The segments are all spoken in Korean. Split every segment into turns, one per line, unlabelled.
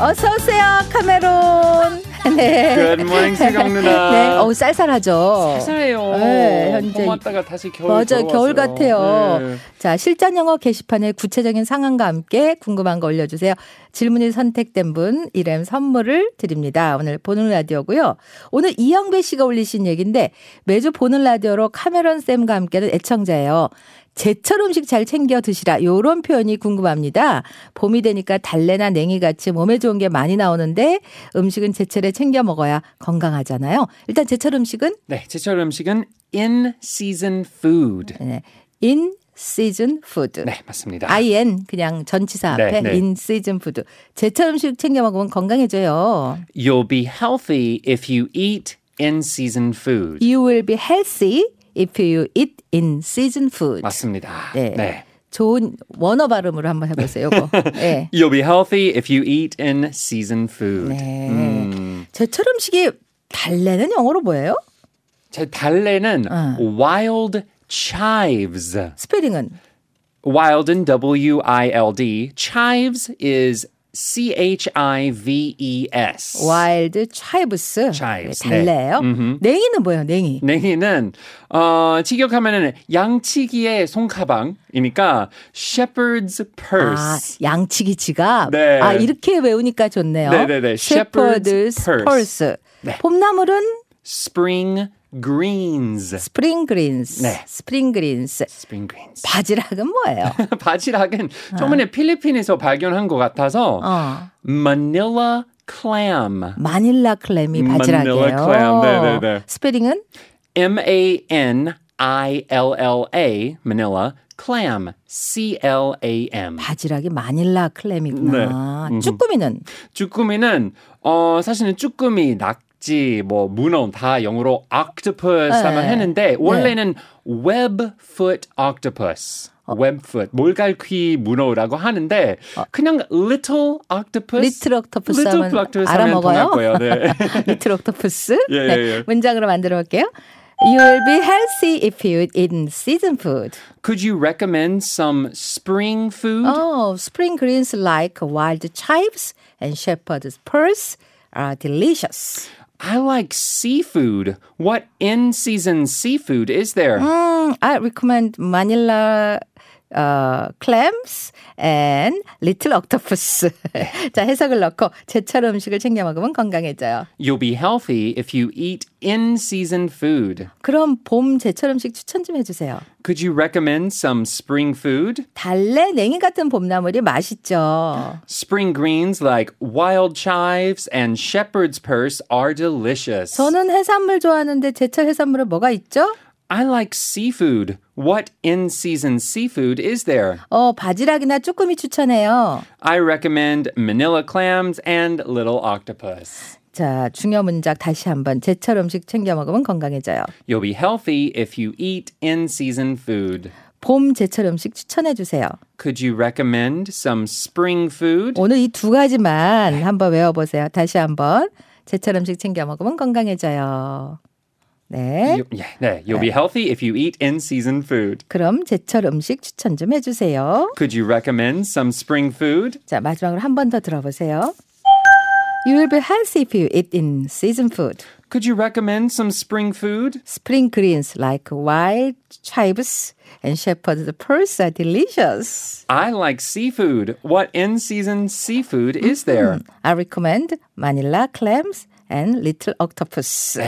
어서 오세요, 카메론. 네.
Good morning, 수경 누나.
네, 어우 쌀쌀하죠.
쌀쌀해요.
네, 현재
고맙다가 다시 겨울
맞아, 겨울
돌아왔어요.
같아요.
네.
자, 실전 영어 게시판에 구체적인 상황과 함께 궁금한 거 올려주세요. 질문이 선택된 분, 이름 선물을 드립니다. 오늘 보는 라디오고요. 오늘 이영배 씨가 올리신 얘기인데 매주 보는 라디오로 카메론 쌤과 함께하는 애청자예요. 제철 음식 잘 챙겨 드시라. 요런 표현이 궁금합니다. 봄이 되니까 달래나 냉이 같이 몸에 좋은 게 많이 나오는데 음식은 제철에 챙겨 먹어야 건강하잖아요. 일단 제철 음식은
네, 제철 음식은 in season food.
네. in season food.
네, 맞습니다.
IN 그냥 전치사
네,
앞에
네.
in season food. 제철 음식 챙겨 먹으면 건강해져요.
You'll be healthy if you eat in season food.
You will be healthy if you eat in season food.
맞습니다.
네. 좋은 원어 발음으로 한번 해보세요. 요거. 네.
You'll be healthy if you eat in season food.
네.
음.
제철 음식이 달래는 영어로 뭐예요?
제 달래는
어.
wild chives.
스페링은
Wild and W I L D. Chives is C H I V E S.
wild chives.
Chives,
네, 달래요. 냉이는 뭐예요? 냉이.
냉이는 어, 직역하면은 양치기의 손가방이니까 shepherd's
아,
purse.
양치기 지갑.
네.
아, 이렇게 외우니까 좋네요.
네네네. Shepherd's
Shepherd's
purse.
purse.
네.
봄나물은
Spring greens.
스프링 그린스.
네.
스프링 그린스.
Spring greens.
바지락은 뭐예요?
바지락은 저번에 필리핀에서 발견한 것 같아서
어.
Manila clam.
마닐라 클램이 바지락이에요.
음, 마닐라 클램, 네, 네, 네.
스페링은
M A N I L L A Manila clam. C L A M.
바지락이 마닐라
네.
클램이구나.
음.
쭈꾸미는
쭈꾸미는 어 사실은 쭈꾸미, 낙지, 뭐 문어 다 영어로 octopus 하면
네.
했는데 원래는 web foot octopus.
어.
web foot 몰갈퀴 문어라고 하는데 그냥 little octopus
리틀 옥토프스
little
하면
octopus 하면 더
알아먹어요.
나을 거예요. 네.
리틀 옥토프스. 네,
예, 예, 예.
문장으로 만들어 볼게요. You will be healthy if you eat season food.
Could you recommend some spring food?
Oh, spring greens like wild chives and shepherd's purse are delicious.
I like seafood. What in season seafood is there?
Mm, I recommend Manila 어, clams and little octopus. 자, 해석을 넣고 제철 음식을 챙겨 먹으면 건강해져요.
You'll be healthy if you eat in season food.
그럼 봄 제철 음식 추천 좀 해주세요.
Could you recommend some spring food?
달래 냉이 같은 봄나물이 맛있죠.
Spring greens like wild chives and shepherd's purse are delicious.
저는 해산물 좋아하는데 제철 해산물은 뭐가 있죠?
I like seafood. What in season seafood is there?
어, 바지락이나 쭈꾸미 추천해요.
I recommend manila clams and little octopus.
자, 중요 문장 다시 한번 제철 음식 챙겨 먹으면 건강해져요.
You'll be healthy if you eat in season food.
봄 제철 음식 추천해 주세요.
Could you recommend some spring food?
오늘 이 두 가지만 한번 외워보세요. 다시 한번 제철 음식 챙겨 먹으면 건강해져요. 네.
You, yeah, yeah, you'll be healthy if you eat in season food.
그럼 제철 음식 추천 좀 해주세요.
Could you recommend some spring food?
자, 마지막으로 한 번 더 들어보세요. You will be healthy if you eat in season food.
Could you recommend some spring food?
Spring greens like wild chives and shepherd's purse are delicious.
I like seafood. What in season seafood is
Mm-hmm.
there?
I recommend manila clams and little octopus.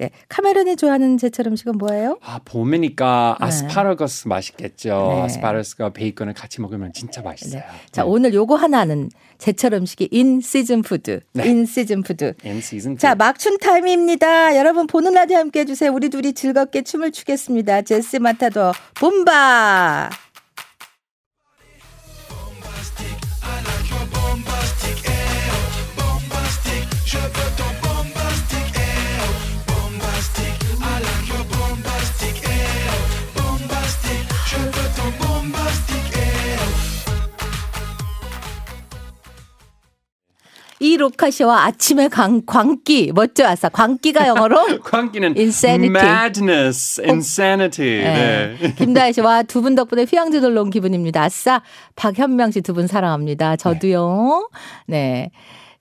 예, 카메론이 좋아하는 제철 음식은 뭐예요?
아, 봄이니까 아스파라거스 맛있겠죠. 아스파라거스가 베이컨을 같이 먹으면 진짜 맛있어요.
자, 오늘 요거 하나는 제철 음식이 인 시즌 푸드. 인 시즌 푸드.
In season food.
자, 막춤 타임입니다. 여러분 보는 라디오 함께 해 주세요. 우리 둘이 즐겁게 춤을 추겠습니다. 제스 마타도 봄바. 이 로카 씨와 아침에 광, 광기 멋져 아싸 광기가 영어로
광기는
Insanity.
madness, insanity. 네.
네. 김다혜 씨와 두 분 덕분에 휴양지들로 온 기분입니다. 아싸 박현명 씨 두 분 사랑합니다. 저도요. 네.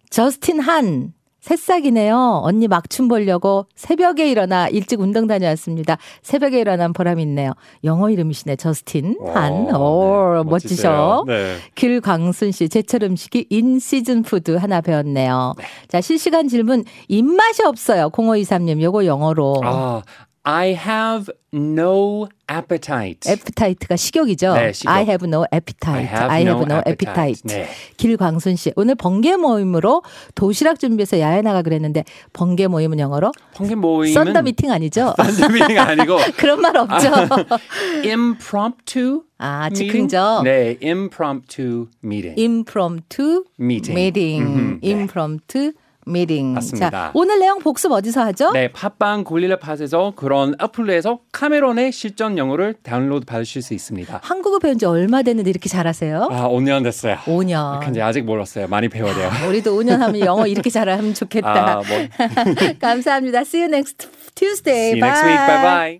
저스틴 한 새싹이네요. 언니 막춤 보려고 새벽에 일어나 일찍 운동 다녀왔습니다. 새벽에 일어난 보람이 있네요. 영어 이름이시네. 저스틴 한. 오,
어, 네,
멋지셔.
멋지세요. 네.
길광순 씨, 제철 음식이 인시즌 푸드 하나 배웠네요. 자, 실시간 질문. 입맛이 없어요. 0523님, 요거 영어로.
아, I have no appetite.
에피타이트가 식욕이죠.
네, 식욕.
I have no appetite.
I have no appetite. 네.
길광순 씨, 오늘 번개 모임으로 도시락 준비해서 야외 나가 그랬는데 번개 모임은 영어로
번개 모임은
썬더 미팅 아니죠?
썬더 미팅 아니고
그런 말 없죠.
impromptu
아,
meeting?
즉흥적.
네, impromptu meeting.
impromptu
Meeting.
meeting.
음흠, 네.
impromptu meeting.
맞습니다.
자, 오늘 내용 복습 어디서 하죠?
네, 팟빵 고릴라 팟에서 그런 어플에서 카메론의 실전 영어를 다운로드 받으실 수 있습니다.
한국어 배운 지 얼마 됐는데 이렇게 잘하세요?
아, 그 5년 됐어요.
5년.
근데 아직 몰랐어요. 많이 배워야 돼요.
우리도 5년 하면 영어 이렇게 잘하면 좋겠다.
아, 뭐.
감사합니다. See you next Tuesday.
See you next week. Bye bye.